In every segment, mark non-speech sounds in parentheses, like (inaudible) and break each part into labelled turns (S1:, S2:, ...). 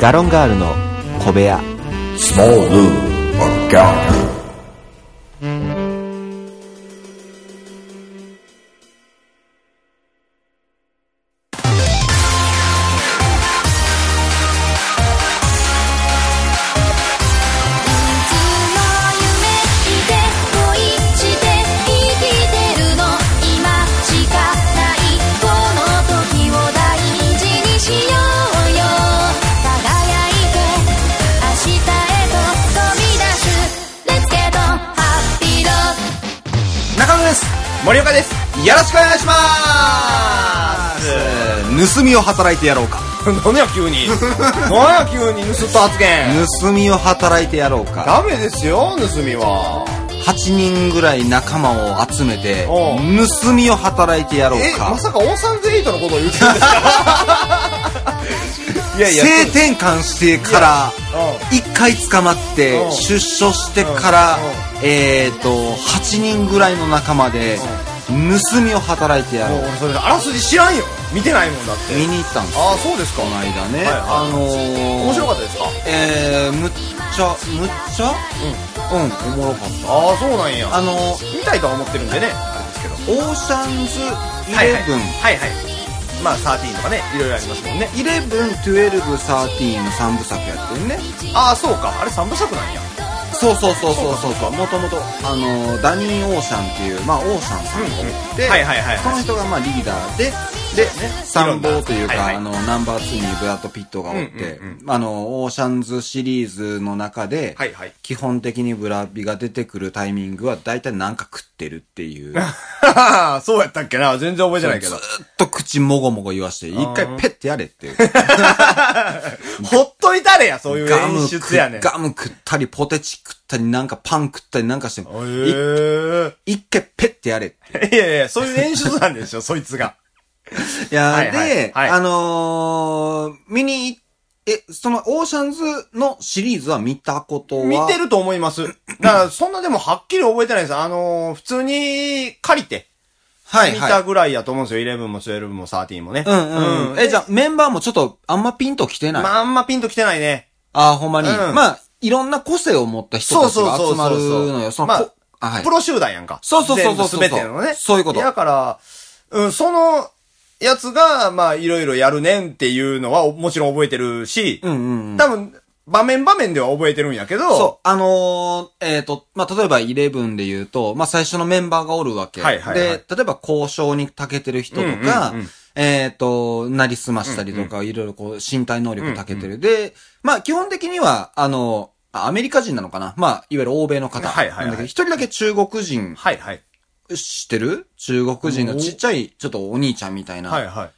S1: ガロンガールの小部屋
S2: Small Room or Dark Room.
S3: いつも夢見て恋して生きてるの今しかないこの時を大事にしようよ輝いて明日へと飛び出す Let's get on happy road
S4: 中野です
S5: 森岡です
S4: よろしくお願いします盗みを働いてやろうか
S5: (laughs) 何や急 (laughs) に何や急に盗った発言
S4: 盗みを働いてやろうか
S5: (laughs) ダメですよ盗みは
S4: 8人ぐらい仲間を集めて
S5: おう
S4: 盗みを働いてやろう
S5: え
S4: か
S5: まさかオーサンゼリートのことを言ってるんですか (laughs) いやいや
S4: 性転換してから1回捕まって
S5: うん
S4: 出所してからえっと8人ぐらいの仲間で盗みを働いてや
S5: うんもう
S4: ろう
S5: 俺それあらすじ知らんよ見てないもんだって
S4: 見に行ったんです
S5: ああそうですか
S4: この間ね
S5: はいはい
S4: あのー
S5: 面白かったですか
S4: えー、むっちゃむっちゃうん、おもろかっ
S5: ああそうなんや
S4: たあのー
S5: 見たいとは思ってるんでねあれですけど
S4: オーシャンズ
S5: はいはい
S4: イレブン
S5: はいはいまあ13とかねいろいろありますもんね
S4: イレブン、トゥエルブ、サーティーンの3部作やってるね。
S5: ああそうかあれ3部作なんや
S4: そうそうそうそうそうそう。もともと、あのー、ダニー・オーシャンっていう、まあ、オーシャンさんがおって、
S5: うんはいはいはいはい
S4: その人がまあ、リーダーで、
S5: で
S4: 参謀というか、
S5: はいはい
S4: あの、ナンバー2にブラッド・ピットがおって、
S5: うんうん
S4: あの、オーシャンズシリーズの中で、
S5: はいはい
S4: 基本的にブラビが出てくるタイミングは大体なんか食ってるって
S5: (laughs)
S4: いう。
S5: ああ、 (laughs) そうやったっけな全然覚えてないけ
S4: ず
S5: ど。
S4: ーっと口もごもご言わして、一回ペッてやれっていう。
S5: ほっといたれや、そういう
S4: ガム
S5: 演
S4: 食
S5: 出やねん。
S4: ガム食ったり、ポテチ食ったり、なんかパン食ったりなんかして、い
S5: え
S4: 一回ペッてやれって。
S5: え。いやいや、そういう演出なんでしょ、 (laughs) そいつが。
S4: いや、
S5: はいはい
S4: で、
S5: はい
S4: あのー、見に行っえ、その、オーシャンズのシリーズは見たことは
S5: 見てると思います。だから、そんなでもはっきり覚えてないです。あのー、普通に借りて、
S4: はい、
S5: 見
S4: はい。
S5: たぐらいやと思うんですよ。11も12も13もね。
S4: うんうん。え、じゃあメンバーもちょっとあんまピンと来てない。
S5: まあ、あんまピンときてないね。
S4: ああ、ほんまに。
S5: うん
S4: まあ、いろんな個性を持った人たちが集まるのよ。その
S5: ま
S4: こあ、は
S5: あ、
S4: い
S5: プ。ロ集団やんか。
S4: そうそうそうそうそう
S5: 全部全てのね。
S4: そういうこと
S5: だから、うん、その、やつが、まあ、いろいろやるねんっていうのは、もちろん覚えてるし、
S4: うんうんうん。
S5: 多分、場面場面では覚えてるんやけど、
S4: そう。あのー、えっ、と、まあ、例えば、イレブンで言うと、まあ、最初のメンバーがおるわけ。
S5: はいはいはい
S4: で、例えば、交渉に長けてる人とか、
S5: うんうんうん
S4: えっ、と、なりすましたりとか、いろいろこう、身体能力長けてる。で、まあ、基本的には、あの、あアメリカ人なのかなまあ、いわゆる欧米の方なんだ
S5: は
S4: け
S5: い
S4: ど。
S5: はいはい
S4: 一人だけ中国人、
S5: はいはい。
S4: 知ってる中国人のちっちゃい、ちょっとお兄ちゃんみたいな。
S5: はいはい。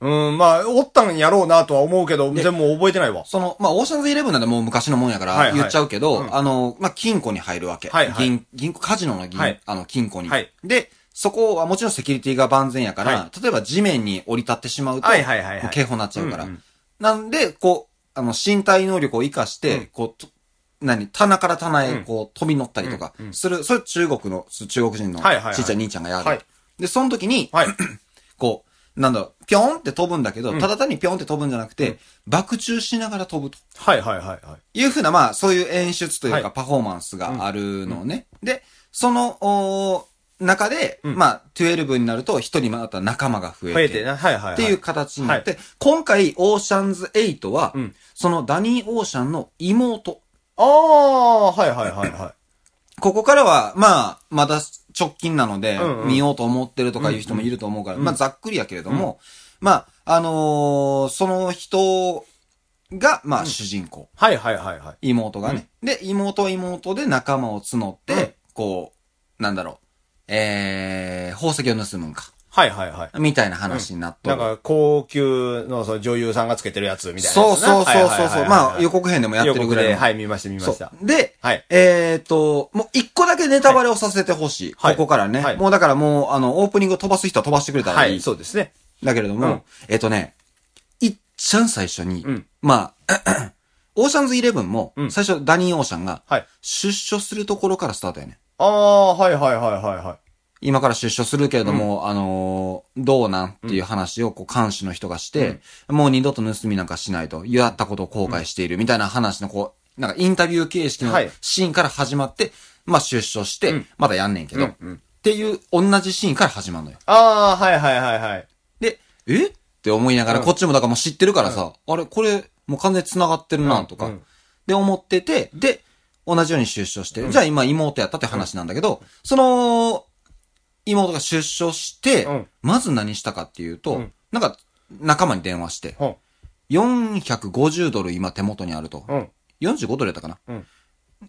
S5: うん、まあ、おったんやろうなとは思うけど、全
S4: で
S5: 然もう覚えてないわ。
S4: その、まあ、オーシャンズイレブンなんでもう昔のもんやか
S5: はい
S4: ら
S5: はい
S4: 言っちゃうけど、
S5: うん
S4: あの、まあ、金庫に入るわけ。
S5: はいはい
S4: 銀、銀庫、カジノの銀、
S5: はい
S4: あの、金庫に。
S5: はい
S4: で、そこはもちろんセキュリティが万全やから、
S5: は
S4: 例えば地面に降り立ってしまうと、
S5: はいはいはいはい
S4: もう警報になっちゃうから。
S5: うんうん
S4: なんで、こう、あの、身体能力を活かして、
S5: うん
S4: こう、と何棚から棚
S5: う
S4: へ
S5: ん
S4: こう飛び乗ったりとかする、それ中国の、そ中国人の
S5: はいはいはい
S4: ちっちゃい兄ちゃんがやる。
S5: はい
S4: で、その時に、
S5: はい。
S4: こう、なんだろう、ぴょんって飛ぶんだけど、ただ単にぴょんって飛ぶんじゃなくて、爆中しながら飛ぶと。
S5: はいはいはいはい。
S4: いうふうな、まあ、そういう演出という
S5: は
S4: か、
S5: い
S4: パフォーマンスがあるのね。で、その、おー中で、
S5: ん
S4: まあ、12になると、一人また仲間が増えて。
S5: 増えてな、はいはい、はい。
S4: っていう形になって、今回、オーシャンズ8は、
S5: うん
S4: そのダニー・オーシャンの妹。
S5: ああ、はいはいはいはい。
S4: ここからは、まあ、まだ直近なので
S5: うんう、ん
S4: 見ようと思ってるとかいう人もいると思うから、まあ、ざっくりやけれども、まあ、あのーその人が、まあ、主人公。
S5: はいはいはいはい。
S4: 妹がね。で、妹は妹で仲間を募って、
S5: うん
S4: こう、なんだろう、えー、宝石を盗むんか。
S5: はいはいはい。
S4: みたいな話になっと
S5: なん
S4: る。
S5: か、高級の、その女優さんがつけてるやつみたいな
S4: そ
S5: や
S4: う
S5: つ
S4: そうそう
S5: な。
S4: そうそう。まあ、予
S5: 横
S4: 告編でもやってるぐらいの。
S5: はい、見ました見ま
S4: そ
S5: した。
S4: う。で、
S5: はい
S4: えっと、もう一個だけネタバレをさせてほしい。
S5: はい
S4: ここからね、
S5: はい
S4: もうだからもう、あの、オープニングを飛ばす人は飛ばしてくれたら
S5: はい
S4: い。
S5: い、そうですね。
S4: だけれども、
S5: うん
S4: えっとね、いっちゃん最初に、
S5: うん
S4: まあ、 (clears throat) オーシャンズイレブンも、
S5: うん
S4: 最初ダニー・オーシャンが
S5: はい、
S4: 出所するところからスタートやね。
S5: ああ、はいはいはいはいはい。
S4: 今から出所するけれども、あのーどうなんっていう話を、こう、監視の人がして、もう二度と盗みなんかしないと、やったことを後悔しているみたいな話の、こう、なんかインタビュー形式の
S5: はい
S4: シーンから始まって、まあ出所して、まだやんねんけど、
S5: うんうん
S4: っていう同じシーンから始まるのよ。
S5: ああ、はいはいはいはい。
S4: で、えって思いながら、
S5: うん
S4: こっちもだからもう知ってるからさ、あれ、これ、もう完全に繋がってるな、とか、
S5: うんうん
S4: で思ってて、で、同じように出所して、じゃあ今妹やったって話なんだけど、その、妹が出所して、
S5: うん
S4: まず何したかっていうと、
S5: うん
S4: なんか、仲間に電話して、
S5: ほ
S4: 450ドル今手元にあると。
S5: ん。うん。
S4: 45ドルやったかな。
S5: うん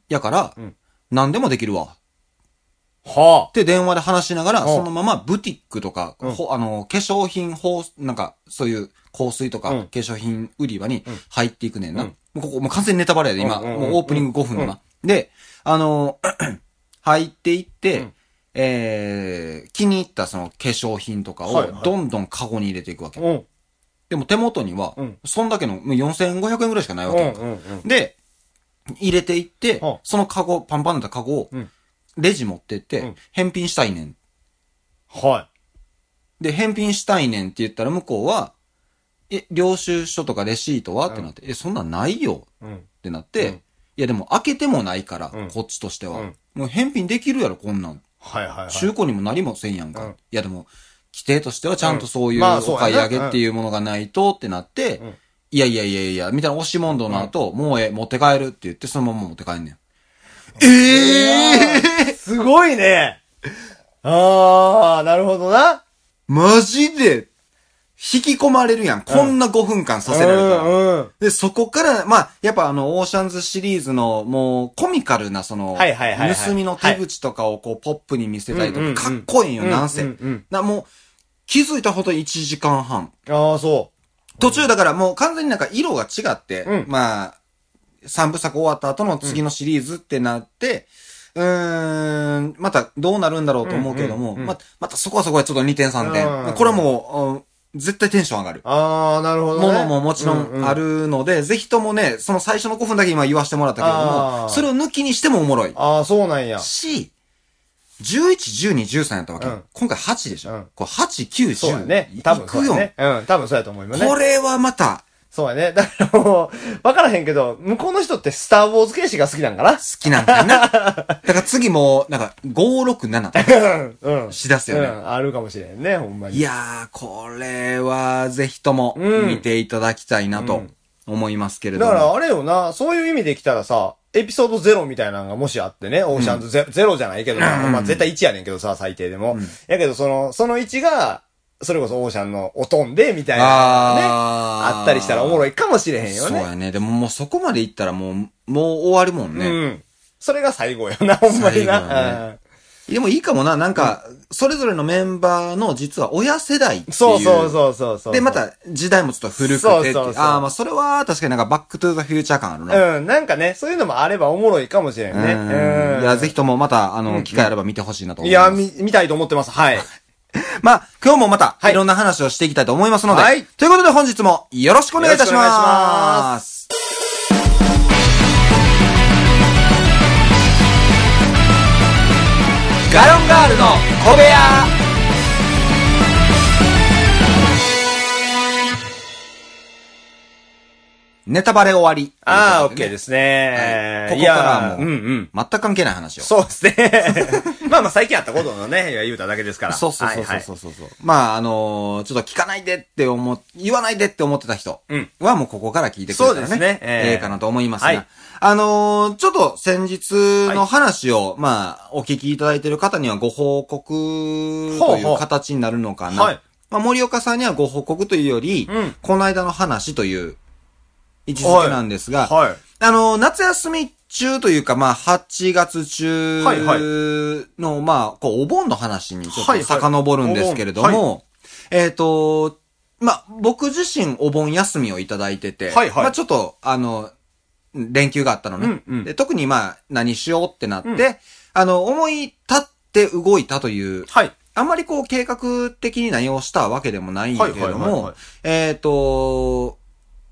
S4: やから、
S5: うん
S4: 何でもできるわ。
S5: は
S4: って電話で話しながら、
S5: お
S4: そのままブティックとか、
S5: うん
S4: ほあの、化粧品、ほう、なんか、そういう香水とか、
S5: うん
S4: 化粧品売り場に入っていくねんな。
S5: うん
S4: もうここ、もう完全にネタバレやで、今。
S5: うんうんうん
S4: もうオープニング5分のな。で、あの、 (clears throat) 入っていって、
S5: うん
S4: えー、気に入ったその化粧品とか
S5: はいは
S4: を
S5: い
S4: どんどんカゴに入れていくわけ。
S5: あ。うん。
S4: でも手元には、
S5: うん
S4: そんだけのもう4500円ぐらいしかないうわ
S5: んう
S4: け。
S5: んうん。
S4: で、入れていって
S5: はあ、
S4: そのカゴ、パンパンだったカゴを
S5: うん、
S4: レジ持ってって、
S5: うん
S4: 返品したいねん。
S5: は
S4: で、返品したいねんって言ったら向こうは、え、領収書とかレシートはってなって、え、そんなんないよ
S5: い。うん。
S4: ってなって、
S5: うん
S4: いやでも開けてもないから、
S5: うん
S4: こっちとしては、
S5: うん
S4: もう返品できるやろ、こんなん。
S5: はいはいはい。
S4: 中古にも何もせんやんか。
S5: うん
S4: いやでも、規定としてはちゃんとそういう
S5: まあそう
S4: お
S5: やな
S4: 買い上げっていうものがないとってなって、
S5: うん
S4: いやいやいやいや、みたいな押し問答の後、もうええ、持って帰るって言って、そのまま持って帰んねん。ええー、
S5: すごいね。ああ、なるほどな。
S4: マジで引き込まれるやん。こんな5分間させられたら。
S5: うんうん。
S4: で、そこから、まあ、やっぱあの、オーシャンズシリーズの、もう、コミカルな、その、
S5: はいはいはいはい
S4: 盗みの手口とかを、こう、ポップに見せたりと
S5: うんうんうん
S4: か、かっこいいよ、なんせ。
S5: うんうんうん
S4: な、もう、気づいたほど1時間半。
S5: ああ、そ
S4: 途中だからもう完全になんか色が違って、
S5: うん
S4: まあ、3部作終わった後の次のシリーズってなって、うーん、またどうなるんだろうと思うけれども、
S5: うんうんうん
S4: ま、またそこはそこはちょっと2点3
S5: うん
S4: 点。これはもう、うん絶対テンション上がる
S5: う。。ああ、なるほどね。
S4: ものももちろんあ
S5: る。
S4: るので、ぜひともね、その最初の5分だけ今言わせてもらったけれど
S5: あー
S4: も、それを抜きにしてもおもろい。
S5: ああ、そうなんや。
S4: し、11、12、13やったわけ。
S5: うん
S4: 今回8でしょ、
S5: うん
S4: これ8、9、
S5: そう
S4: 10。
S5: やね。多
S4: い
S5: 分そ
S4: く
S5: う
S4: よ、
S5: やね。うん、多分そうやと思いますね
S4: こ。れはまた、
S5: そうやね。だからもう、わからへんけど、向こうの人ってスターウォーズ形式が好きなんかな
S4: 好きなんだよ
S5: (laughs)
S4: な。だから次も、なんか、5、6、7
S5: うん。
S4: しだすよね。
S5: うん、あるかもしれんね、ほんまに。
S4: いやー、これは、ぜひとも、
S5: うん
S4: 見ていただきたいな
S5: う
S4: と
S5: ん、
S4: 思いますけれど
S5: だ
S4: も。
S5: からあれよな、そういう意味で来たらさ、エピソードゼロみたいなのがもしあってね、オーシャンズゼ,、ゼロじゃないけどな、まあ絶対1やねんけどさ、最低でも。やけどその、その1が、それこそオーシャンのおとんで、みたいなのがね、
S4: あー
S5: あったりしたらおもろいかもしれへんよ
S4: そう
S5: ね。
S4: やね。でももうそこまで行ったらもう、もう終わるもん
S5: う
S4: ね。
S5: ん。それが最後よな、ほんま
S4: 最
S5: に
S4: 後や
S5: な。うん
S4: でもいいかもな、なんか、それぞれのメンバーの実は親世代っていう。
S5: そうそうそうそうそう。
S4: で、ま、た時代もちょっと古くてっていう
S5: そうそうそう
S4: ああ、まあそれは確かになんかバックトゥーザフューチャー感あるな。
S5: うん、なんかね、そういうのもあればおもろいかもしれんね。
S4: うん
S5: うん。
S4: いや、ぜひともまた、あの、機会あれば見てほしいなと思
S5: い
S4: いま
S5: や、
S4: す。
S5: み、見たいと思ってま
S4: (laughs)
S5: す。はい。
S4: まあ、今日もまた、
S5: はい
S4: いろんな話をしていきたいと思いますので、
S5: はい
S4: ということで本日もよろしくお願いいたし
S5: よろしくお願いしま
S4: ます。ガロンガールの小部屋ネタバレ終わり。
S5: ああ、オ
S4: とい
S5: ッケ
S4: うとで
S5: ー
S4: ね
S5: ですね。
S4: はいこ
S5: い
S4: こからは
S5: や
S4: もう
S5: うんうん。
S4: 全く関係ない話を。
S5: そうですね。 (laughs) まあまあ最近あったことのね、言うただけですから。
S4: そうそうそうそうそうそう、まあ、あのーちょっと聞かないでって思っ、言わないでって思ってた人
S5: うん
S4: はもうここから聞いてくれたら
S5: そう
S4: ね。
S5: ですねえ
S4: え
S5: え
S4: えかなと思いますが。
S5: はい
S4: あのーちょっと先日の話を、まあ、お聞きいただいている方にはご報告
S5: ほ
S4: と
S5: う
S4: い
S5: ほう
S4: う形になるのかな。
S5: はい
S4: まあ、森岡さんにはご報告というより、
S5: うん
S4: この間の話という位置づけなんですが、
S5: はい。
S4: あの、夏休み中というか、まあ、8月中の、
S5: はいは
S4: まあ、こう、お盆の話にちょっ
S5: はい
S4: と
S5: はい
S4: 遡るんですけれども、
S5: お盆
S4: えっ、と、まあ、僕自身お盆休みをいただいてて、
S5: はいはい
S4: まあ、ちょっと、あの、連休があったのね。
S5: うんうん
S4: で特にまあ、何しようってなって、
S5: うん
S4: あの、思い立って動いたという
S5: はい。
S4: あんまりこう計画的に何をしたわけでもないんだけれど
S5: はいはいはいはい
S4: も、えっ、と、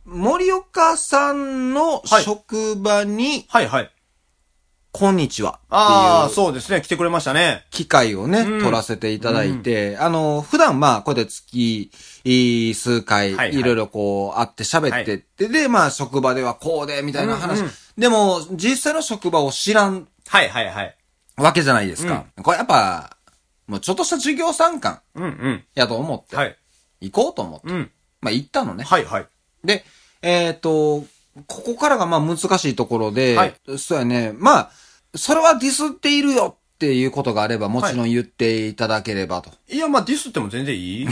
S4: 森岡さんの
S5: はい
S4: 職場に
S5: はいはい。
S4: こんにちは
S5: ああ、
S4: っていう
S5: そうですね。来てくれましたね。
S4: 機会をね、
S5: うん
S4: 取らせていただいて、あの、普段まあ、こうやって月、い数回、
S5: はい
S4: い
S5: はい
S4: ろいろこう、会って喋ってって、で、まあ、職場ではこうで、みたいな話。
S5: うんうん
S4: でも、実際の職場を知らん
S5: はいはいはい。
S4: わけじゃないですか。これやっぱ、もうちょっとした授業参観
S5: うんうん。
S4: やと思って、
S5: はい。
S4: 行こうと思って、
S5: うん。
S4: まあ行ったのね。
S5: はいはい。
S4: で、えっ、と、ここからがまあ難しいところで、
S5: はい
S4: そうやね、まあ、それはディスっているよっていうことがあれば、もちろん言っていただけれ
S5: (laughs)
S4: ばと
S5: いや、まあ、ディスっても全然い
S4: (laughs)
S5: (laughs) い。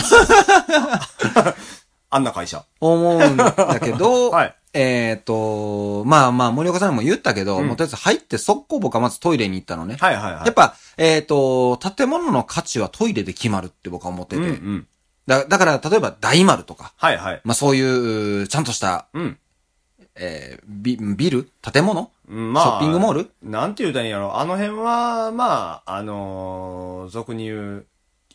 S5: あんな会社。
S4: 思うんだけど、
S5: はい
S4: えっ、と、まあまあ、森岡さんにも言ったけど、
S5: うん
S4: もうとりあえず入って速攻僕はまずトイレに行ったのね。
S5: はいはいはい。
S4: やっぱ、えっ、と、建物の価値はトイレで決まるって僕は思って
S5: う
S4: て、
S5: んうん。
S4: だだから、例えば大丸とか、
S5: はいはい。
S4: まあそういう、ちゃんとした、
S5: うん。
S4: えービビル建物
S5: うんまあ、
S4: ショッピングモール
S5: なんて言うたらいいんやろ。あの辺は、まあ、あのー俗に言う、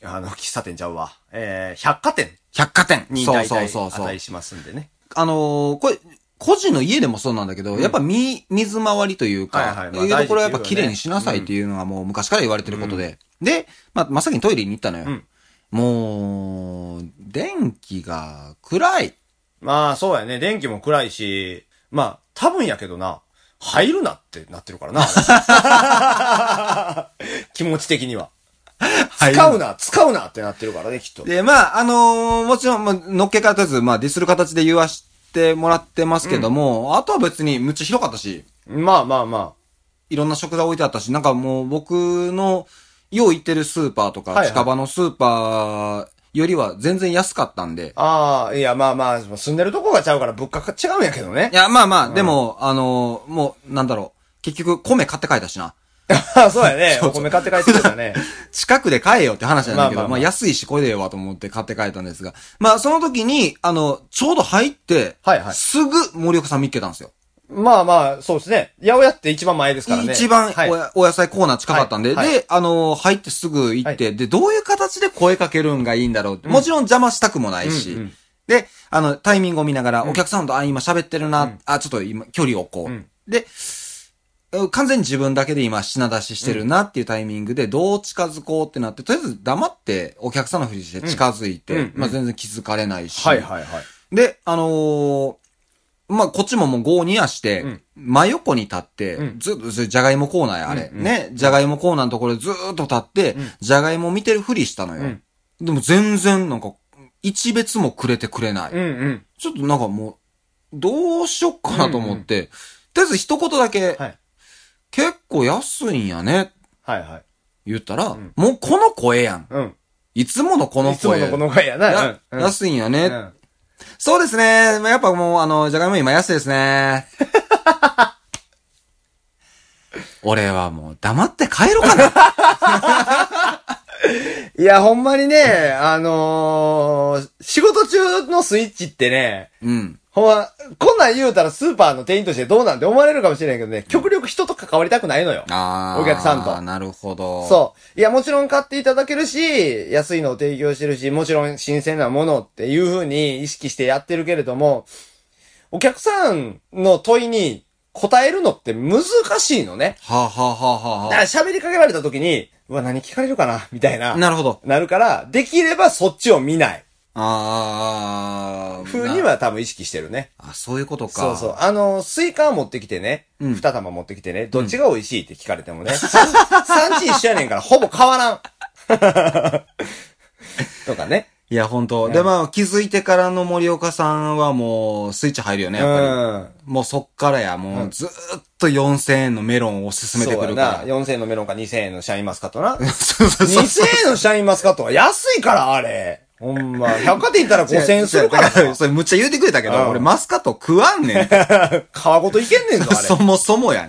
S5: あの、喫茶店ちゃうわ。えー、百貨店
S4: 百貨店
S5: に
S4: そう
S5: 大
S4: そう
S5: 体
S4: そうそう。
S5: 値しますんでね。
S4: あのーこれ、個人の家でもそうなんだけど、やっぱみ水回りというか、
S5: はいはいまあ
S4: いうところはやっぱ
S5: 大事っ
S4: 綺
S5: ていうよね
S4: 麗にしなさいっていうのはもう昔から言われてることで。で、まあ、真っ先にトイレに行ったのよ。
S5: うん
S4: もう、電気が暗い。
S5: まあ、そうやね。電気も暗いし、まあ、多分やけどな、入るなってなってるからな。 (laughs) 気持ち的には。使うな、使うなってなってるからね、きっと。
S4: で、まあ、あのーもちろん、まあ、のっけからとりあえず、まあ、ディスる形で言わしてもらってますけども、あとは別にむっちゃ広かったし、
S5: まあまあま
S4: いろんな食材置いてあったし、なんかもう僕の、よう行ってるスーパーと
S5: はいは
S4: か、
S5: い
S4: 近場のスーパーよりは全然安かったんで、
S5: あ。ああ、いや、まあまあ、住んでるとこがちゃうから物価が違うんやけどね
S4: い。や、まあまあ、でも、あのーもう、なんだろう。結局、米買って帰ったしな。
S5: (laughs) そうやね。お米買って帰ってきたね。
S4: 近くで買えよって話なんだけど、
S5: まあまあまあ
S4: まあ安いし、これでええわと思って買って帰ったんですが、まあその時に、あの、ちょうど入って、
S5: はいはい
S4: すぐ森岡さん見っけたんですよ。
S5: まあまあ、そうですね。八百屋って一番前ですからね。
S4: 一番お,、
S5: はい。
S4: お野菜コーナー近かったんで、
S5: はいはい
S4: で、あのー入ってすぐ行って、で、どういう形で声かけるんがいいんだろうって、もちろん邪魔したくもないし、
S5: うんうん
S4: で、あの、タイミングを見ながら、お客さんと、あ、今喋ってるな、あ、ちょっと今、距離を置こう。
S5: うん
S4: で、う完全に自分だけで今品出ししてるなっていうタイミングでどう近づこうってなって、とりあえず黙ってお客さんのふりして近づいて、
S5: うんうん
S4: まあ全然気づかれないし、
S5: はいはいはい。
S4: で、あのーまあ、こっちももうゴーニアして、
S5: うん
S4: 真横に立って、
S5: うん
S4: ずっと、それじゃがいもコーナーや、あれ。
S5: うんうん
S4: ね、じゃがいもコーナーのところでずーっと立って、
S5: うん
S4: じゃがいも見てるふりしたのよ。
S5: うん
S4: でも全然なんか、一別もくれてくれない。
S5: うんうん。
S4: ちょっとなんかもう、どうしよっかなと思って、とりあえず一言だけ、
S5: はい
S4: 結構安いんやね、
S5: はいはい。
S4: 言ったら、
S5: ん
S4: もうこの声やん。
S5: うん。
S4: いつものこの
S5: いつも
S4: 声。
S5: のこの声やな。
S4: や
S5: うんうん
S4: 安いんやね、
S5: うん
S4: そうですね。まあやっぱもう、あの、じゃがいも今安いですね。 (laughs) 俺はもう黙って帰ろうかな。
S5: いや、ほんまにね、あのー、仕事中のスイッチってね、
S4: (laughs) うん。
S5: ほんま、こんなん言うたらスーパーの店員としてどうなんて思われるかもしれんけどね、極力人と関わりたくないのよ。
S4: ああ。
S5: お客さんと
S4: なるほど。
S5: そう。いや、もちろん買っていただけるし、安いのを提供してるし、もちろん新鮮なものっていう風に意識してやってるけれども、お客さんの問いに答えるのって難しいのね。
S4: はあ、はあはあ
S5: だ
S4: は
S5: から喋りかけられた時に、うわ、何聞かれるかなみたい
S4: あ、
S5: な。
S4: なるほど。
S5: なるから、できればそっちを見ない。
S4: ああ。
S5: 風に
S4: な。
S5: は多分意識してるね。
S4: あ、そういうことか。
S5: そうそう。あの、スイカ持ってきてね、
S4: うん
S5: 二玉持ってきてね、どっちが美味しいって聞かれてもね、三三地一緒や
S4: (laughs)
S5: ねんからほぼ変わらん。 (laughs) とかね。
S4: いや、本当、で、まあ、気づいてからの森岡さんはもう、スイッチ入るよね、やっぱ
S5: うん。
S4: り。もうそっからや、もうずーっと4000円のメロンを勧めてくるか
S5: そうやな。
S4: ら。
S5: 4000円のメロンか2000円のシャインマスカットな。
S4: (laughs) そうそうそう
S5: 2000円のシャインマスカットは安いから、あれ。ほんま。百貨店行
S4: (laughs)
S5: ったら5000円するから
S4: 違う違うだら
S5: さ。
S4: それむっちゃ言うてくれたけ
S5: う
S4: ど、
S5: ん
S4: 俺マスカット食わんねん。
S5: (laughs) 皮ごといけんねんぞ、あれ。
S4: そもそもやねん。
S5: (laughs)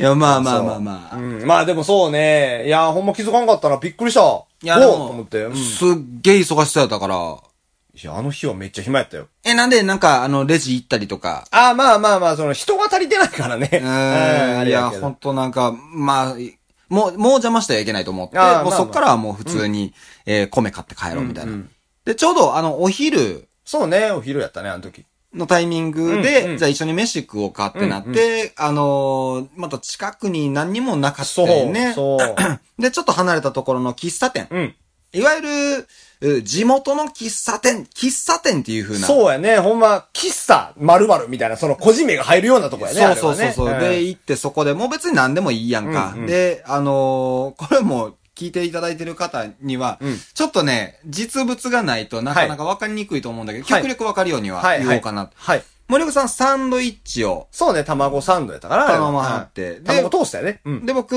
S4: いや、まあまあまあまあ。
S5: うん、まあでもそうね。いや、ほんま気づかんかったな。びっくりした。
S4: いや、
S5: お
S4: で
S5: う
S4: も
S5: と思って。うんい
S4: すっげえ忙しそうやったから。
S5: や、あの日はめっちゃ暇やったよ。
S4: え、なんで、なんか、あの、レジ行ったりとか。
S5: ああ、まあまあまあ、その人が足りてないからね。
S4: う
S5: うん
S4: ー
S5: あ
S4: ん。い
S5: れ
S4: や、
S5: けど
S4: ほんとなんか、まあ、もう、もう邪魔してはいけないと思って、
S5: あー
S4: もう
S5: まあまあ
S4: そっからはもう普通に、えー、米買って帰ろうみたいな。で、ちょうど、あの、お昼、
S5: そうね、お昼やったね、あの時。
S4: のタイミング
S5: うんうん
S4: で、じゃあ一緒に飯食おうかってなって、あのー、また近くに何にもなかった
S5: そう、
S4: よね。
S5: そう。
S4: で、ちょっと離れたところの喫茶店。
S5: うん。
S4: いわゆるう、地元の喫茶店、喫茶店っていう風な。
S5: そうやね。ほんま、喫茶〇〇みたいな、その小じめが入るようなとこやね。
S4: そうそうそうそう、
S5: あれはね
S4: で、行ってそこでもう別に何でもいいやんか。
S5: うんうん
S4: で、あのーこれも聞いていただいてる方には、
S5: うん
S4: ちょっとね、実物がないとなかなか分かりにくいと思うんだけど、
S5: はい
S4: 極力分かるようには
S5: はい。
S4: 言おうかな。
S5: はい。はい
S4: 森岡さん、サンドイッチを、
S5: そうね、卵サンドやったから。
S4: 卵も貼って
S5: は
S4: で
S5: い卵トーストやね。うん。
S4: で、僕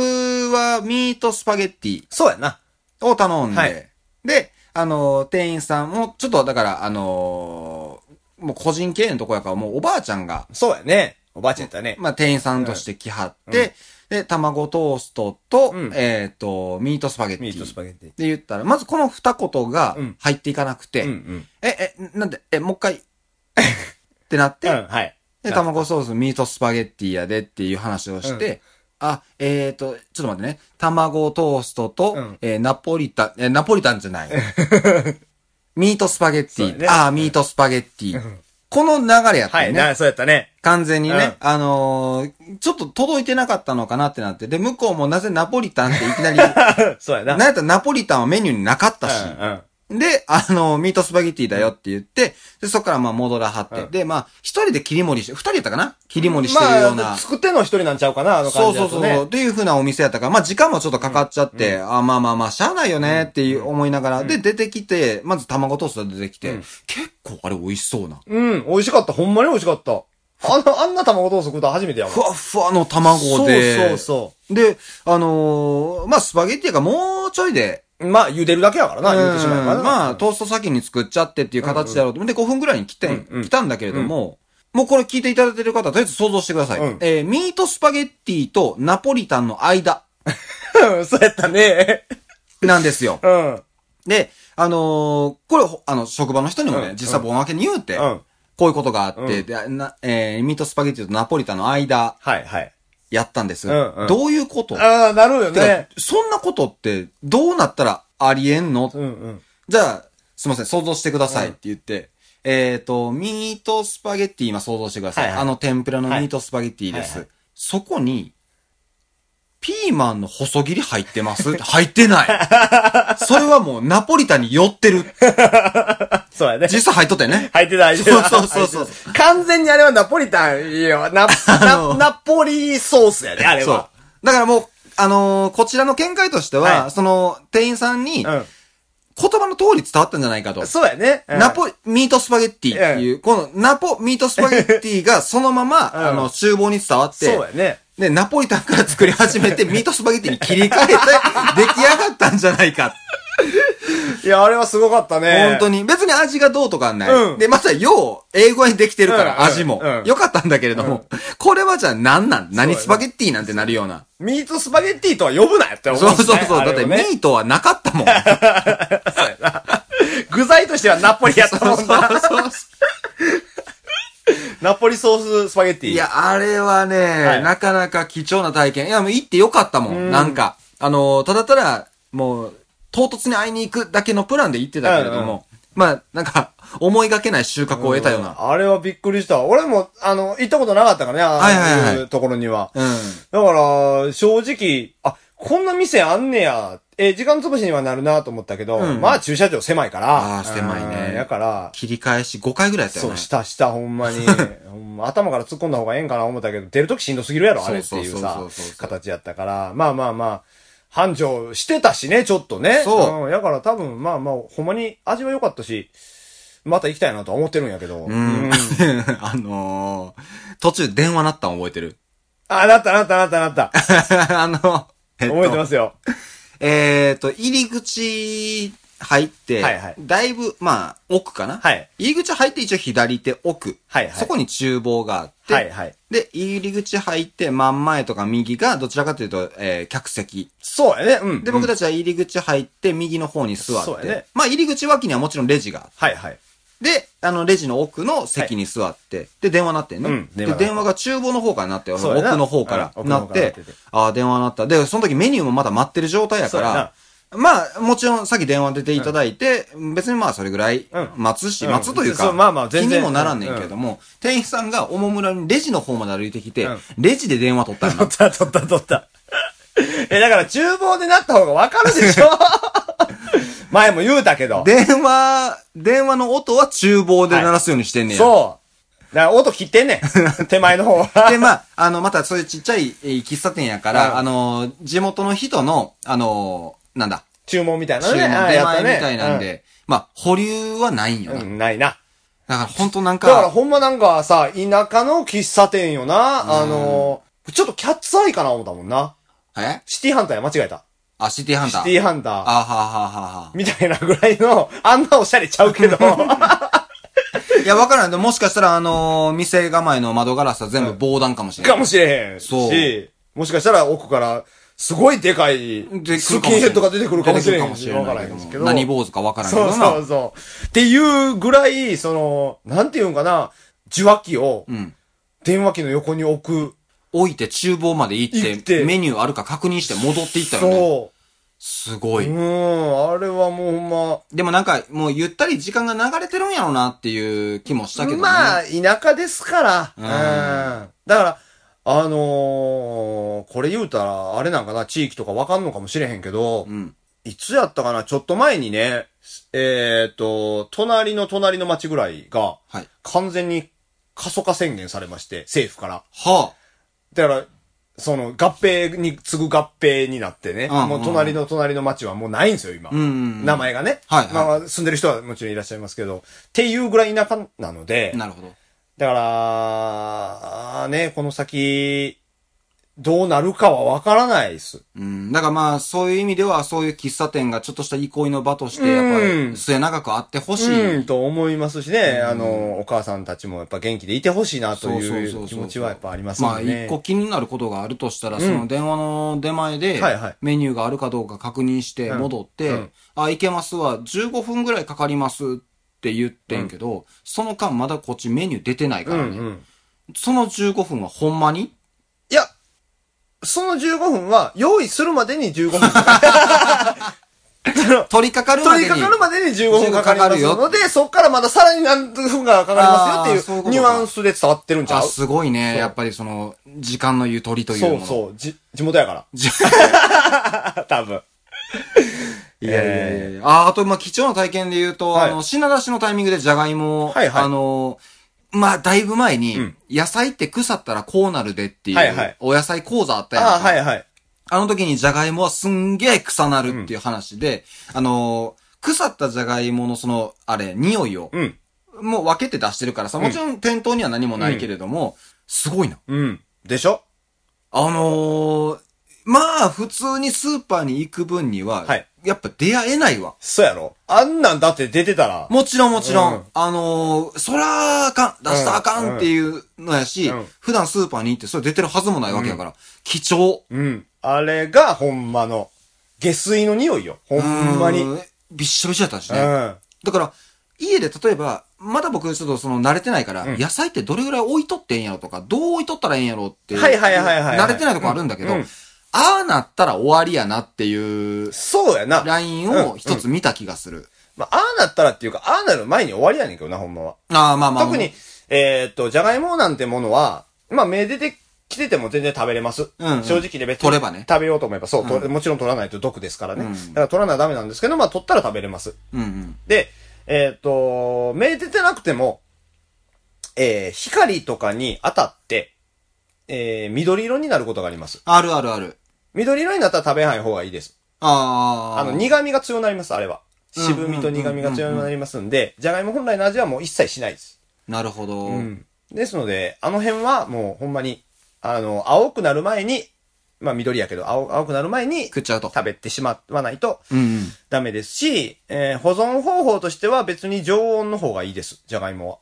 S4: はミートスパゲッティ
S5: そうやな。
S4: を頼んで、
S5: はい
S4: で、あのー店員さんも、ちょっとだから、あのーもう個人経営のとこやから、もうおばあちゃんが、
S5: そうやね。おばあちゃんやったね。
S4: まあ、店員さんとして来はって、で、卵トーストと、
S5: うん
S4: えっ、と、ミートスパゲッティ。
S5: ミートスパ
S4: ゲッテ
S5: ゲッティ。
S4: ィ。で言ったら、まずこの二言が
S5: うん
S4: 入っていかなくて、
S5: うん
S4: え、え、なんで、え、もう一回、 (laughs) ってなっ
S5: う
S4: て、
S5: ん。うん、はい。
S4: で、卵ソース、ミートスパゲッティやでっていう話をして、あ、えっ、と、ちょっと待ってね。卵トーストと、
S5: うん
S4: えーナポリタン、えーナポリタンじゃ
S5: (laughs)
S4: ない。ミートスパゲッテ
S5: そう
S4: ィ。
S5: やね
S4: あーミートスパゲッティ。この流れやった
S5: はい、
S4: よね。
S5: な、そうやったね。 (laughs)
S4: 完全にね、
S5: うん
S4: あのーちょっと届いてなかったのかなってなって、で、向こうもなぜナポリタンっていき
S5: (laughs)
S4: なり、なん
S5: そうやな。
S4: やったらナポリタンはメニューになかったし、
S5: うんうん。
S4: で、あのーミートスパゲティだよって言って、で、そこからまあ戻らはって、
S5: うん
S4: で、まあ、一人で切り盛りして、二人やったかな切り盛りしてるような。
S5: まあ、作ってんの一人なんちゃうかな、あの
S4: そ
S5: 感
S4: う
S5: じ
S4: そう
S5: だ
S4: そ
S5: と
S4: う。
S5: ね。
S4: っていう風なお店やったから、まあ時間もちょっとかかっちゃって、あ、まあまあまあ、しゃあないよねっていう思いながら、で、出てきて、まず卵トースト出てきて、
S5: うん
S4: 結構あれ美味しそうな。
S5: うん、美味しかった。ほんまに美味しかった。あんな、あんな卵トースト食うたの初めてやもん。
S4: ふわっふわの卵で。
S5: そうそうそ
S4: で、あのーまあ、スパゲッティがもうちょいで、
S5: う。まあ、茹でるだけやからな、言うてしまえば
S4: う
S5: な。
S4: んまあ、トースト先に作っちゃってっていう形だろうと。で、5分ぐらいに来て、
S5: うんうん
S4: 来たんだけれども、もうこれ聞いていただいてる方、とりあえず想像してください。
S5: うん
S4: えーミートスパゲッティとナポリタンの間
S5: うん (laughs) そうやったね。
S4: なんですよ。
S5: うん。
S4: で、あのーこれ、ほあの、職場の人にもね、
S5: うん
S4: 実際盆分けに言うて、
S5: うん。
S4: こういうことがあって、
S5: うん
S4: でなえーミートスパゲッティとナポリタンの間
S5: はい、はい。
S4: やったんです。
S5: うんうん
S4: どういうこと
S5: ああ、なるよ
S4: てか
S5: ね。
S4: そんなことって、どうなったらありえんの
S5: うんうん。
S4: じゃあ、すみません、想像してくださいって言って、えっ、と、ミートスパゲッティ今想像してください。
S5: はいはい
S4: あの天ぷらのミートスパゲッティです。
S5: はいは
S4: そこに、ピーマンの細切り入ってます入って
S5: (laughs)
S4: ない。それはもうナポリタンに寄ってる。
S5: そうやね。
S4: 実際入っとったよね。
S5: 入ってた、入ってた。
S4: そうそうそう
S5: 入ってた (laughs) 完全にあれはナポリタン、いいよ。
S4: (laughs)
S5: ナ、
S4: の
S5: ナ、ナポリソースやね、 (laughs) あれ
S4: そう
S5: は。。
S4: だからもう、あのーこちらの見解としては、
S5: はい
S4: その、店員さんに、言
S5: う
S4: 葉の通り伝わったんじゃないかと
S5: ん。。そうやね。うん
S4: ナポ、ミートスパゲッティっていう、このナポ、ミートスパゲッティがそのまま、
S5: ん
S4: あの、厨房に伝わって、
S5: そうやね。
S4: で、ナポリタンから作り始めて、ミートスパゲッティに切り替えて、
S5: (laughs)
S4: 出来上がったんじゃないか。
S5: いや、あれはすごかったね。
S4: 本当
S5: に。
S4: に。別に味がどうとかはない。
S5: うん
S4: で、また、よう、英語にできてるか
S5: うん
S4: ら、
S5: うん
S4: 味も。
S5: うん
S4: よかったんだけれども、これはじゃあ何なん何スパゲッティなんてなるような。
S5: ミートスパゲッティとは呼ぶなよって思
S4: そうそうそう。
S5: あ
S4: だっ
S5: れ
S4: て、
S5: をね
S4: ミートはなかったも
S5: (laughs)
S4: ん。
S5: 具材としてはナポリやったもんな。
S4: そうそう。
S5: ナポリソーススパゲッティ。
S4: い。や、あれはね、
S5: い
S4: なかなか貴重な体験。いや、もう行ってよかったもん。なんか、あの、ただただ、もう、唐突に会いに行くだけのプランで行ってたけれども、
S5: うんうん
S4: まあ、なんか、思いがけない収穫を得たような。
S5: あれはびっくりした。俺も、あの、行ったことなかったからね、
S4: はいはいはい
S5: ああいうところには。
S4: うん。
S5: だから、正直、あ、こんな店あんねや。えー時間潰しにはなるなと思ったけど、
S4: うん
S5: まあ駐車場狭いから。
S4: あー狭いね
S5: うんだから、
S4: 切り返し5回ぐらいやったよ
S5: そ
S4: ね。
S5: う、したした、ほん
S4: (laughs)
S5: まに。ほんま頭から突っ込んだ方がええんかな思ったけど、出るときしんどすぎるやろ、あれっていう
S4: そ
S5: さ
S4: うそうそうそうそう、
S5: 形やったから。まあまあまあ、繁盛してたしね、ちょっとね。。
S4: そう
S5: ん、だから多分、まあまあ、ほんまに味は良かったし、また行きたいなとは思ってるんやけど。
S4: うん。 (laughs) あのー、途中電話なったん覚えてる (laughs)
S5: あ、なったなったなったなった。
S4: あの、 (laughs) えっと
S5: 覚えてますよ。
S4: えっと、入り口入って、
S5: はいはい
S4: だいぶ、まあ、奥かな、
S5: はい
S4: 入り口入って一応左手奥。
S5: はいはい
S4: そこに厨房があって、
S5: はいはい。
S4: で、入り口入って、真ん前とか右が、どちらかというと、えー客席。
S5: そうやね。うん。
S4: で、僕
S5: だ、
S4: たちは入り口入って、右の方に座
S5: そ
S4: っ
S5: う
S4: て、
S5: やね
S4: まあ、入り口脇にはもちろんレジがあって
S5: はいはい。
S4: で、あの、レジの奥の席に座って、で、電話なってんね。
S5: うん電
S4: で、
S5: 話なった
S4: 電話が厨房の方からなって、
S5: そうやな
S4: 奥の方から
S5: うん奥の
S4: な
S5: 方
S4: っ
S5: からなって
S4: て
S5: て、
S4: ああ、電話なった。で、その時メニューもまだ待ってる状態や
S5: そう
S4: か
S5: や
S4: ら
S5: な、
S4: まあ、もちろんさっき電話出ていただいて、別にまあそれぐらい
S5: うん
S4: 待つし、
S5: うん
S4: 待つというか、
S5: そうまあまあ全然
S4: 気にもならんねんけども、店員さんがおもむろにレジの方まで歩いてきて、
S5: うん
S4: レジで電話取ったん
S5: (laughs) 取
S4: だ
S5: っ。た、取った、取った。え、だから厨房でなった方がわかるでしょ (laughs) 前も言うたけど。
S4: 電話、電話の音は厨房で鳴らすようにしてんねん。
S5: そう。だから音切ってんね
S4: (laughs)
S5: ん。手前の方は。
S4: で、まあ、あの、またそういうちっちゃいえー喫茶店やから、
S5: うん
S4: あの、地元の人の、あの、なんだ、
S5: 注文みたいな
S4: 注
S5: の
S4: 文
S5: ね。
S4: 出
S5: あ
S4: 前
S5: ー
S4: み
S5: やったね
S4: たいなんで、まあ、保留はないんよ
S5: う
S4: な。
S5: ん
S4: だ
S5: うんないな。
S4: から本当なん
S5: だから
S4: か、
S5: ほんまなんかさ、田舎の喫茶店よな。あのー、ちょっとキャッツアイかな思ったもんな。
S4: え
S5: シティハンターや、間違えた。
S4: あ、シティハンター。
S5: シティハンター。
S4: あははははは。
S5: みたいなぐらいの、あんなおしゃれちゃうけど。
S4: いや、わからんでもしかしたら、あのー店構えの窓ガラスは全部防弾かもしれな
S5: か
S4: い。
S5: もしれへん。
S4: そう
S5: し、もしかしたら奥から、すごいでかい、
S4: で
S5: スキンヘッドが出てくるかもしれへんし。
S4: 出てくる
S5: わ
S4: か
S5: か
S4: も
S5: ら
S4: し
S5: へ
S4: れな
S5: んで
S4: い
S5: す
S4: け
S5: け
S4: ど
S5: ど。
S4: も。何坊主かわからんけど
S5: そう
S4: な。
S5: そうそう。っていうぐらい、その、なんていうんかな、受話器を
S4: うん。
S5: 電話機の横に置く。
S4: 置いて厨房まで行って、
S5: 行って
S4: メニューあるか確認して戻っていったよね。
S5: そ
S4: すご
S5: う。う
S4: い。
S5: ん、あれはもうほんま。
S4: でもなんか、もうゆったり時間が流れてるんやろうなっていう気もしたけどね。
S5: まあ、田舎ですから。
S4: う
S5: うんん。だから、あのーこれ言うたら、あれなんかな、地域とかわかんのかもしれへんけど、
S4: うん。
S5: いつやったかなちょっと前にね、えっ、と、隣の隣の町ぐらいが、
S4: はい。
S5: 完全に過疎化宣言されまして、政府から。
S4: は
S5: だから、その、合併に次ぐ合併になってね、
S4: うんうんうん
S5: もう隣の隣の町はもうないんですよ、今。
S4: うんうんうん
S5: 名前がね。
S4: はいはい
S5: まあ、住んでる人はもちろんいらっしゃいますけど、っていうぐらい田舎なので、
S4: あ。なるほど。
S5: だから、ね、この先、どうなるかはわからないです。
S4: うん。だからまあ、そういう意味では、そういう喫茶店がちょっとした憩いの場として、やっぱ
S5: う
S4: り、
S5: ん
S4: 末永くあってほし
S5: うん、
S4: い。
S5: と思いますしね、あの、お母さんたちもやっぱ元気でいてほしいなと
S4: そうそうそう
S5: い
S4: そうう
S5: 気持ちはやっぱあります
S4: ま
S5: よ
S4: あ、一
S5: ね。
S4: 個気になることがあるとしたら、その電話の出前で
S5: はいはい、
S4: メニューがあるかどうか確認して、
S5: うん
S4: 戻っ
S5: う
S4: て
S5: ん、
S4: あ、いけますは、15分ぐらいかかりますって言ってんけど、その間まだこっちメニュー出てないか
S5: う
S4: ら
S5: んう
S4: ね。
S5: ん。
S4: その15分はほんまに
S5: いや、その15分は、用意するまでに15分。その
S4: 取り掛かるま
S5: 取
S4: で
S5: り
S4: に。
S5: かかるまでに15分かかりま
S4: か
S5: す
S4: かるよ
S5: ので、そっからまださらに何分がかかりますよ
S4: あー
S5: って
S4: そう
S5: い
S4: いう
S5: う
S4: ことか
S5: ニュアンスで伝わってるんちゃ
S4: あ、
S5: う
S4: すごいね。
S5: そう
S4: やっぱりその、時間のゆとりというも
S5: そ
S4: の。
S5: うそう、じ、地元やから。
S4: じゃ (laughs)
S5: 多分。
S4: いやいやいやいや。あ、あと、まあ、貴重な体験で言うと、
S5: はい
S4: あの、品出しのタイミングでじゃがいもを、
S5: はいはい
S4: あの、まあ、だいぶ前に、
S5: うん
S4: 野菜って腐ったらこうなるでっていう、
S5: はいはい
S4: お野菜講座あったやんか
S5: ああ、はいはい。
S4: あの時にじゃがいもはすんげえ草なるっていう話で、あの、腐ったじゃがいものその、あれ、匂いを、
S5: うん。
S4: もう分けて出してるからさ、もちろん店頭には何もないけれども、すごいな。
S5: うん。でしょ
S4: あのー、まあ、普通にスーパーに行く分には、
S5: はい
S4: やっぱ出会えないわ。
S5: そうやろあんなんだって出てたら。
S4: もちろんもちろん、
S5: うん
S4: あのー、そらあかん、出したらあかんっていうのやし、
S5: うん
S4: 普段スーパーに行ってそれ出てるはずもないわけやから、貴重。
S5: うん。あれが、ほんまの、下水の匂いよ。ほんまに。
S4: う
S5: うん。
S4: ん。びっしょびしょやったしね。
S5: あ
S4: だから、家で例えば、まだ僕ちょっとその慣れてないから、
S5: うん
S4: 野菜ってどれぐらい置いとってええんやろとか、どう置いとったらええんやろって、
S5: はいはいはいはい
S4: 慣れてないとこあるんだけど、
S5: うんうん
S4: ああなったら終わりやなっていう
S5: そうやな。
S4: ラインを一つ見た気がする。
S5: まあ、ああなったらっていうか、ああなる前に終わりやねんけどな、ほんまは。
S4: ああ、まあまあ。
S5: 特に、えーっと、じゃがいもなんてものは、まあ、目出てきてても全然食べれます。
S4: うんうん
S5: 正直で別に。
S4: 取ればね
S5: 食べようと思えば、そう、
S4: うん
S5: 取れもちろん取らないと毒ですからね。
S4: うん
S5: だから取らないとダメなんですけど、まあ、取ったら食べれます。
S4: うんうん。
S5: で、えーっと、目出てなくても、えー、光とかに当たって、えー、緑色になることがあります。
S4: あるあるある。
S5: 緑色になったら食べない方がいいです。
S4: ああ。
S5: あの、苦味が強くなります、あれは。
S4: うん
S5: 渋みと苦味が強くなりますんで、じゃがいも本来の味はもう一切しないです。
S4: なるほど。
S5: うんですので、あの辺はもうほんまに、あの、青くなる前に、まあ緑やけど、青青くなる前に
S4: 食っちゃうと。
S5: 食べてしまわないと
S4: うんうん。
S5: ダメですし、えー保存方法としては別に常温の方がいいです、じゃがいも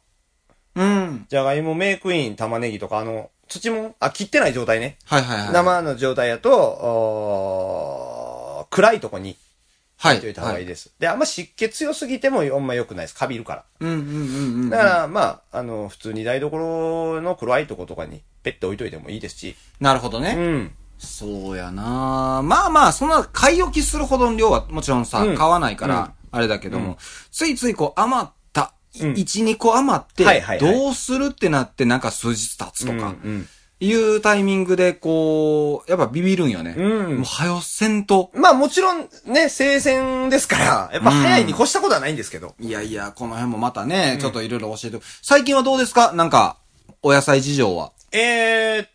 S4: う
S5: は。
S4: ん。
S5: じゃがいもメイクイン、玉ねぎとか、あの、土も、あ、切ってない状態ね。
S4: はいはいはい。
S5: 生の状態やと、おー暗いとこに
S4: は
S5: 置いといた方がいい
S4: で
S5: です。で、あんま湿気強すぎてもあんま良くないです。カビるから。
S4: す。うんうんうんうん。
S5: だから、まあ、あの、普通に台所の暗いとことかに、ペッて置いといてもいいですし。
S4: なるほどね。
S5: うん。
S4: そうやなまあまあ、そんな買い置きするほどの量はもちろんさ、
S5: うん
S4: 買わないから、あれだけども、ついついこう余った、
S5: うん
S4: 1、2個余って
S5: はいは、いはい
S4: どうするってなってなんか数日経つとか、
S5: うん
S4: いうタイミングでこう、やっぱビビるんよね。
S5: うん
S4: もう早せんと。
S5: まあもちろんね、聖戦ですから、やっぱ早いに越したことはないんですけど。
S4: いやいや、この辺もまたね、ちょっといろいろ教えて、最近はどうですかなんか、お野菜事情は。
S5: えーっ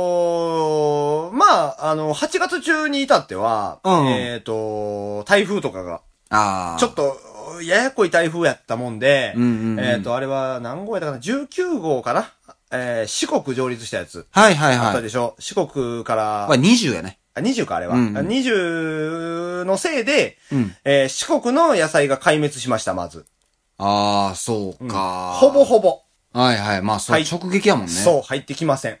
S5: と、まあ、あの、8月中に至っては、
S4: うん
S5: えーっと、台風とかが、
S4: ああ。
S5: ちょっと、ややこい台風やったもんで、
S4: うんうんうん
S5: えーっと、あれは何号やったかな ?19 号かなえー四国上陸したやつ。
S4: はいはい
S5: あっ
S4: は
S5: た
S4: い。
S5: でしょ、四国から
S4: まあ、、20やね。
S5: あ20かあれは。
S4: うんうん
S5: 20のせいで、
S4: うん
S5: えー四国の野菜が壊滅しました、まず。
S4: ああ、そうか、
S5: ほぼほぼ。
S4: ぼ。はいはい。まあ、そう、
S5: はい
S4: 直撃やもんね。
S5: そう、入ってきません。
S4: うん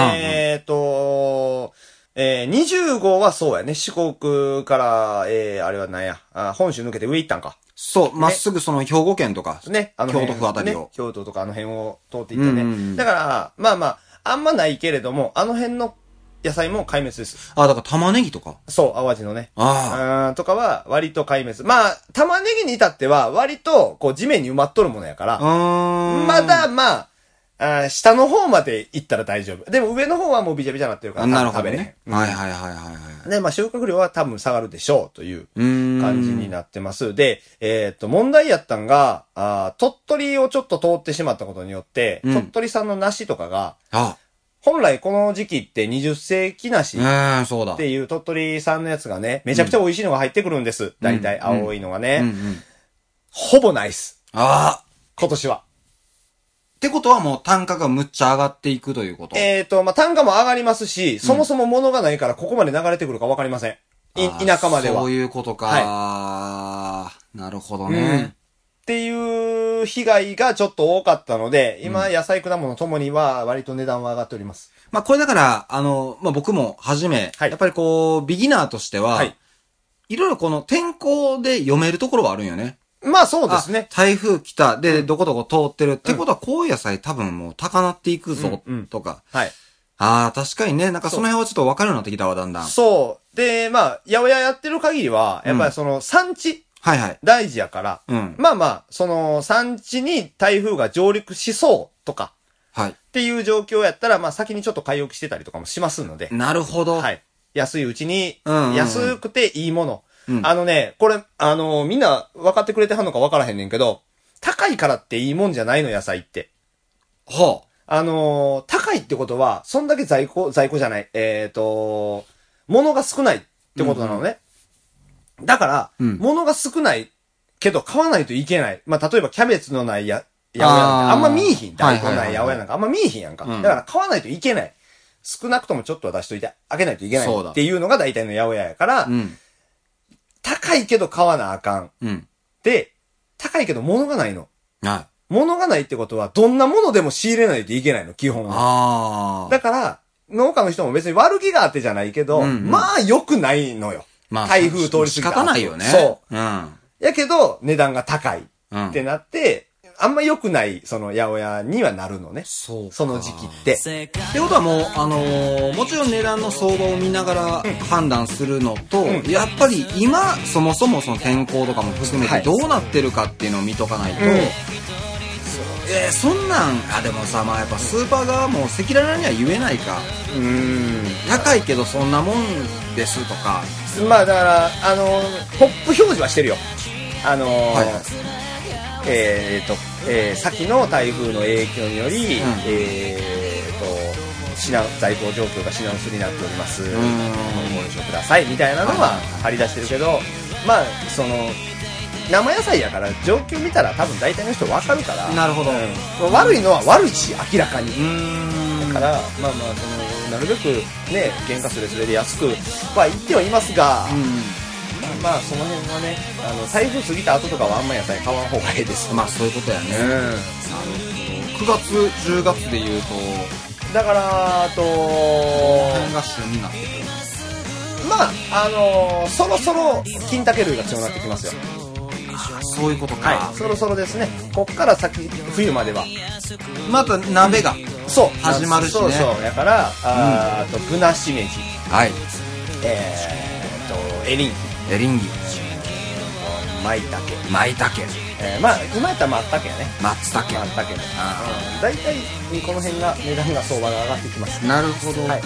S4: うん
S5: えっと、えー、20号はそうやね。四国から、えー、あれはなんや、あ本州抜けて上行ったんか。
S4: そう、まっすぐその兵庫県とか。
S5: ね。あの辺
S4: 京都府あたりを
S5: ね京都とかあの辺を通っていったね。
S4: うんうんうん
S5: だから、まあまあ、あんまないけれども、あの辺の野菜も壊滅です。
S4: あ、だから玉ねぎとか。
S5: そう、淡路のね。
S4: あ
S5: あーとかは、割と壊滅。まあ、玉ねぎに至っては、割と、こう、地面に埋まっとるものやから
S4: あ。、うーん。
S5: まだ、まあ、あー下の方まで行ったら大丈夫。でも上の方はもうびちゃびちゃになってるから、
S4: あ。なるほど
S5: 多分食べ
S4: ね
S5: れ。へん
S4: はいはいはいはいはい。
S5: で、まあ収穫量は多分下がるでしょうという
S4: うーん。
S5: 感じになってます。で、えっ、と、問題やったんが、あー鳥取をちょっと通ってしまったことによって、
S4: うん
S5: 鳥取産の梨とかが、
S4: あ、
S5: 本来この時期って20世紀梨
S4: うーん、そうだ。
S5: っていう鳥取産のやつがね、めちゃくちゃ美味しいのが入ってくるんです。大体
S4: うん
S5: 青いのが
S4: う
S5: ね、
S4: んうん。
S5: ほぼないっす。
S4: ああ。
S5: 今年は。
S4: ってことはもう単価がむっちゃ上がっていくということ。
S5: えっ、と、まあ、単価も上がりますし、そもそも物がないからここまで流れてくるか分かりません。い
S4: あー
S5: 田舎までは。
S4: そう
S5: っ
S4: いうことか。なるほどね。
S5: ていう被害がちょっと多かったので、今、野菜果物ともには割と値段は上がっております。
S4: まあこれだから、あの、まあ僕も初め、
S5: はい
S4: やっぱりこう、ビギナーとしては、
S5: はいい、
S4: ろいろこの天候で読めるところはあるんよね。
S5: まあ、そうですね
S4: あ。台風来た、で、どこどこ通ってる。ってことは、こういう野菜多分もう高なっていくぞ
S5: うんうん、
S4: とか。
S5: はい。
S4: ああ、確かにね、なんか
S5: そ
S4: そうの辺はちょっと分かるようになってきたわ、だんだん。
S5: そう。で、まあ、八百屋やってる限りは、やっぱりその産地
S4: はいはい。
S5: 大事やから、
S4: うん。
S5: まあまあ、その産地に台風が上陸しそうとか
S4: はい。
S5: っていう状況やったら、まあ先にちょっと買い置きしてたりとかもしますので、
S4: なるほど。
S5: はい。安いうちに、
S4: うんうんうん
S5: 安くていいもの、
S4: うん
S5: あのね、これ、あのみんな分かってくれてはんのか分からへんねんけど、高いからっていいもんじゃないの、野菜って。
S4: ほ
S5: あのー高いってことは、そんだけ在庫、在庫じゃない、えっ、と、物が少ないってことなのね。だから、
S4: うん
S5: 物が少ないけど買わないといけない。まあ、例えばキャベツのないや、やおやなん
S4: あー
S5: かあんま見えひん。大根
S4: はい
S5: な
S4: はいい
S5: や
S4: はい
S5: お
S4: はい
S5: やなんかあんま見えひんやんか。
S4: うん
S5: だから買わないといけない。少なくともちょっとは出しといてあげないといけな
S4: そうだ
S5: いっていうのが大体の八百屋やから、
S4: う。うん。
S5: 高いけど買わなあかん。
S4: うん。
S5: で、高いけど物がないの。
S4: はい。
S5: 物がないってことは、どんなものでも仕入れないといけないの、基本は。
S4: ああ。
S5: だから、農家の人も別に悪気があってじゃないけど、
S4: うんうん
S5: まあ良くないのよ。台風通り過ぎた
S4: 仕方ないよね。。
S5: そう
S4: うん。
S5: やけど、値段が高いっ
S4: うん。
S5: てなって、あんま良くない、その、八百屋にはなるのね。
S4: そうか
S5: その時期って。
S4: ってことはもう、あのーもちろん値段の相場を見ながら判断するのと、
S5: うん
S4: やっぱり今そもそもその天候とかも含め
S5: は
S4: て
S5: い
S4: どうなってるかっていうのを見とかないと、
S5: うん
S4: えーそんなんあでもさまあやっぱスーパー側も赤裸々には言えないか
S5: うー
S4: 高いけどそんなもんですとか
S5: ん。まあだから、あの、ポップ表示はしてるよ。あのー
S4: はいはい
S5: えー、と、えー先の台風の影響により、えー、と、品、在庫状況が品薄になっております。ご了承ください。みたいなの
S4: はい
S5: は
S4: はい
S5: 張り出してるけど、まあ、その、生野菜やから状況見たら多分大体の人わかるから。
S4: なるほど
S5: うん悪いのは悪いし、明らかに。
S4: うーん
S5: から、まあまあ、その、なるべくね、原価すれすれで安くは言ってはいますが、
S4: う
S5: まあ、その辺はね、あの、台風過ぎた後とかはあんま野菜買わん方がいいです。
S4: んまあそういうことやね、
S5: う
S4: なる
S5: ん。
S4: ほど9月10月で言うと
S5: だから、あと、
S4: これが旬になってくる
S5: まあ、あのそろそろ金竹類が強くなってきますよ。
S4: あそういうことか、
S5: はい。そろそろですね、こっから先、冬までは。
S4: また鍋が
S5: そう。
S4: 始まるしね
S5: そうそう。だから、あーあと、ぶなしめじ。
S4: はい。
S5: えー、っとエリンギ
S4: エリンギ、
S5: 舞茸、
S4: マイタケ、
S5: えー、まあ今やったら松茸やね
S4: 松茸。
S5: 松茸も
S4: あ
S5: うん大体この辺が値段が相場が上がってきます
S4: ーなるほど。
S5: はい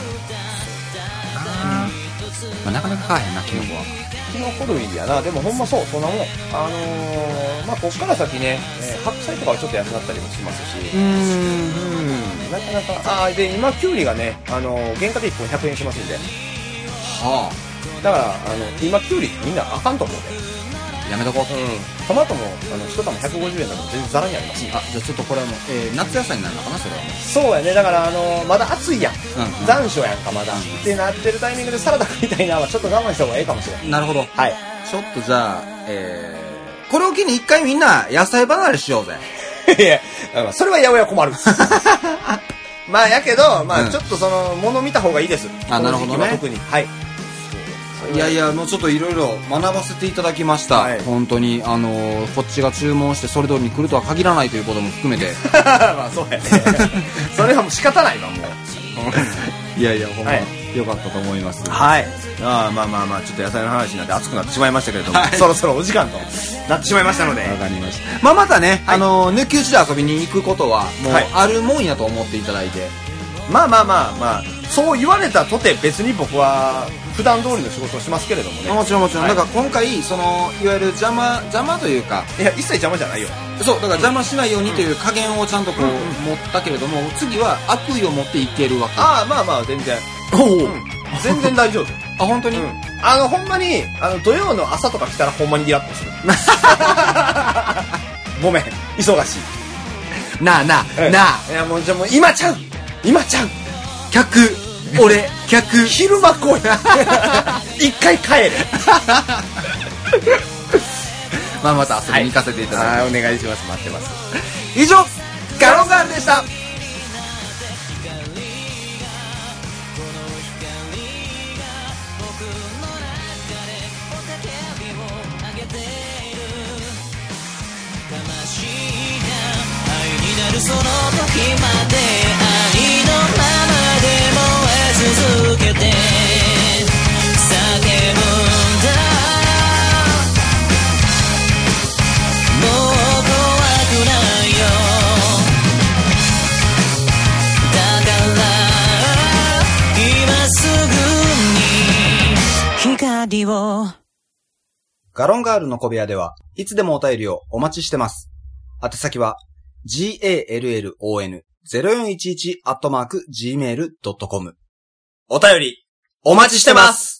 S4: まあ、なかなか買わへんな、キノコは。
S5: キノコ類やなでもほんまそうそんなもんあのー、まあこっから先ね、えー白菜とかはちょっと安くなったりもしますしうんなかなかあーで今きゅうりがね、あのー原価で1本100円しますんで
S4: は
S5: だからあの今きゅうりみんなあかんと思う
S4: あ。やめとこう。
S5: で、トマトもあの1玉150円だと全然ざらにあります
S4: あ、じゃあちょっとこれはもう、えー夏野菜になるのかな、それはもう。
S5: そうやねだからあのまだ暑いやん、
S4: うんうん
S5: 残暑やんかまだ、ってなってるタイミングでサラダ食いたいなはちょっと我慢した方がええかもしれない
S4: なるほど。
S5: はい
S4: ちょっとじゃあ、えー、これを機に一回みんな野菜離れしようぜ。
S5: (laughs) いやまあそれは八百屋困る (laughs) まあやけどま
S4: う
S5: あ
S4: ん
S5: ちょっとそのもの見た方がいいです
S4: あなるほどね
S5: この時期は特にはい
S4: いやいや、もうちょっといろいろ学ばせていただきました。
S5: はい
S4: 本当に、あのーこっちが注文してそれ通りに来るとは限らないということも含
S5: (laughs)
S4: めて。
S5: まあそうやねそれはもう仕方ないわもう
S4: いやいや、ほんま、
S5: はい
S4: よかったと思います。
S5: はいあまあまあまあちょっと野菜の話になって熱くなってしまいましたけれども、そろそろお時間となってしまいましたので
S4: わかりました。まあ、またね、
S5: はい
S4: あのー抜き打ちで遊びに行くことは、もう、
S5: はい
S4: あるもんやと思っていただいて。
S5: まあまあまあまあそう言われたとて別に僕は普段通りの仕事をしますけれどもね
S4: もちろんもちろん。
S5: はい
S4: だから今回、その、いわゆる邪魔、邪魔というか、
S5: いや一切邪魔じゃないよ
S4: そう、だから邪魔しないようにという加減をちゃんとこう、持ったけれども、次は悪意を持っていけるわけ。
S5: ああまあまあ全然
S4: お
S5: うん全然大丈夫
S4: あ、本当に、
S5: あの、ほんまに、あの、土曜の朝とか来たらほんまにイラッと (laughs) する。ごめん、忙し
S4: なあなあ、
S5: い。
S4: なあ、
S5: いや、もう、じゃあもう、今ちゃう今ちゃう
S4: 客、俺、
S1: (laughs)
S4: 客。
S5: 昼間来い (laughs) 一回帰れ
S4: まあまた遊びに行かせていただきます。
S5: い、お願いします。待ってます。
S4: 以上、ガロンガールでした
S6: その時まで愛のままで燃え続けて叫ぶんだもう怖くないよだから今すぐに光を
S1: ガロンガールの小部屋では、いつでもお便りをお待ちしてます。宛先は、gallon0411-gmail.com。
S5: お便り、お待ちしてます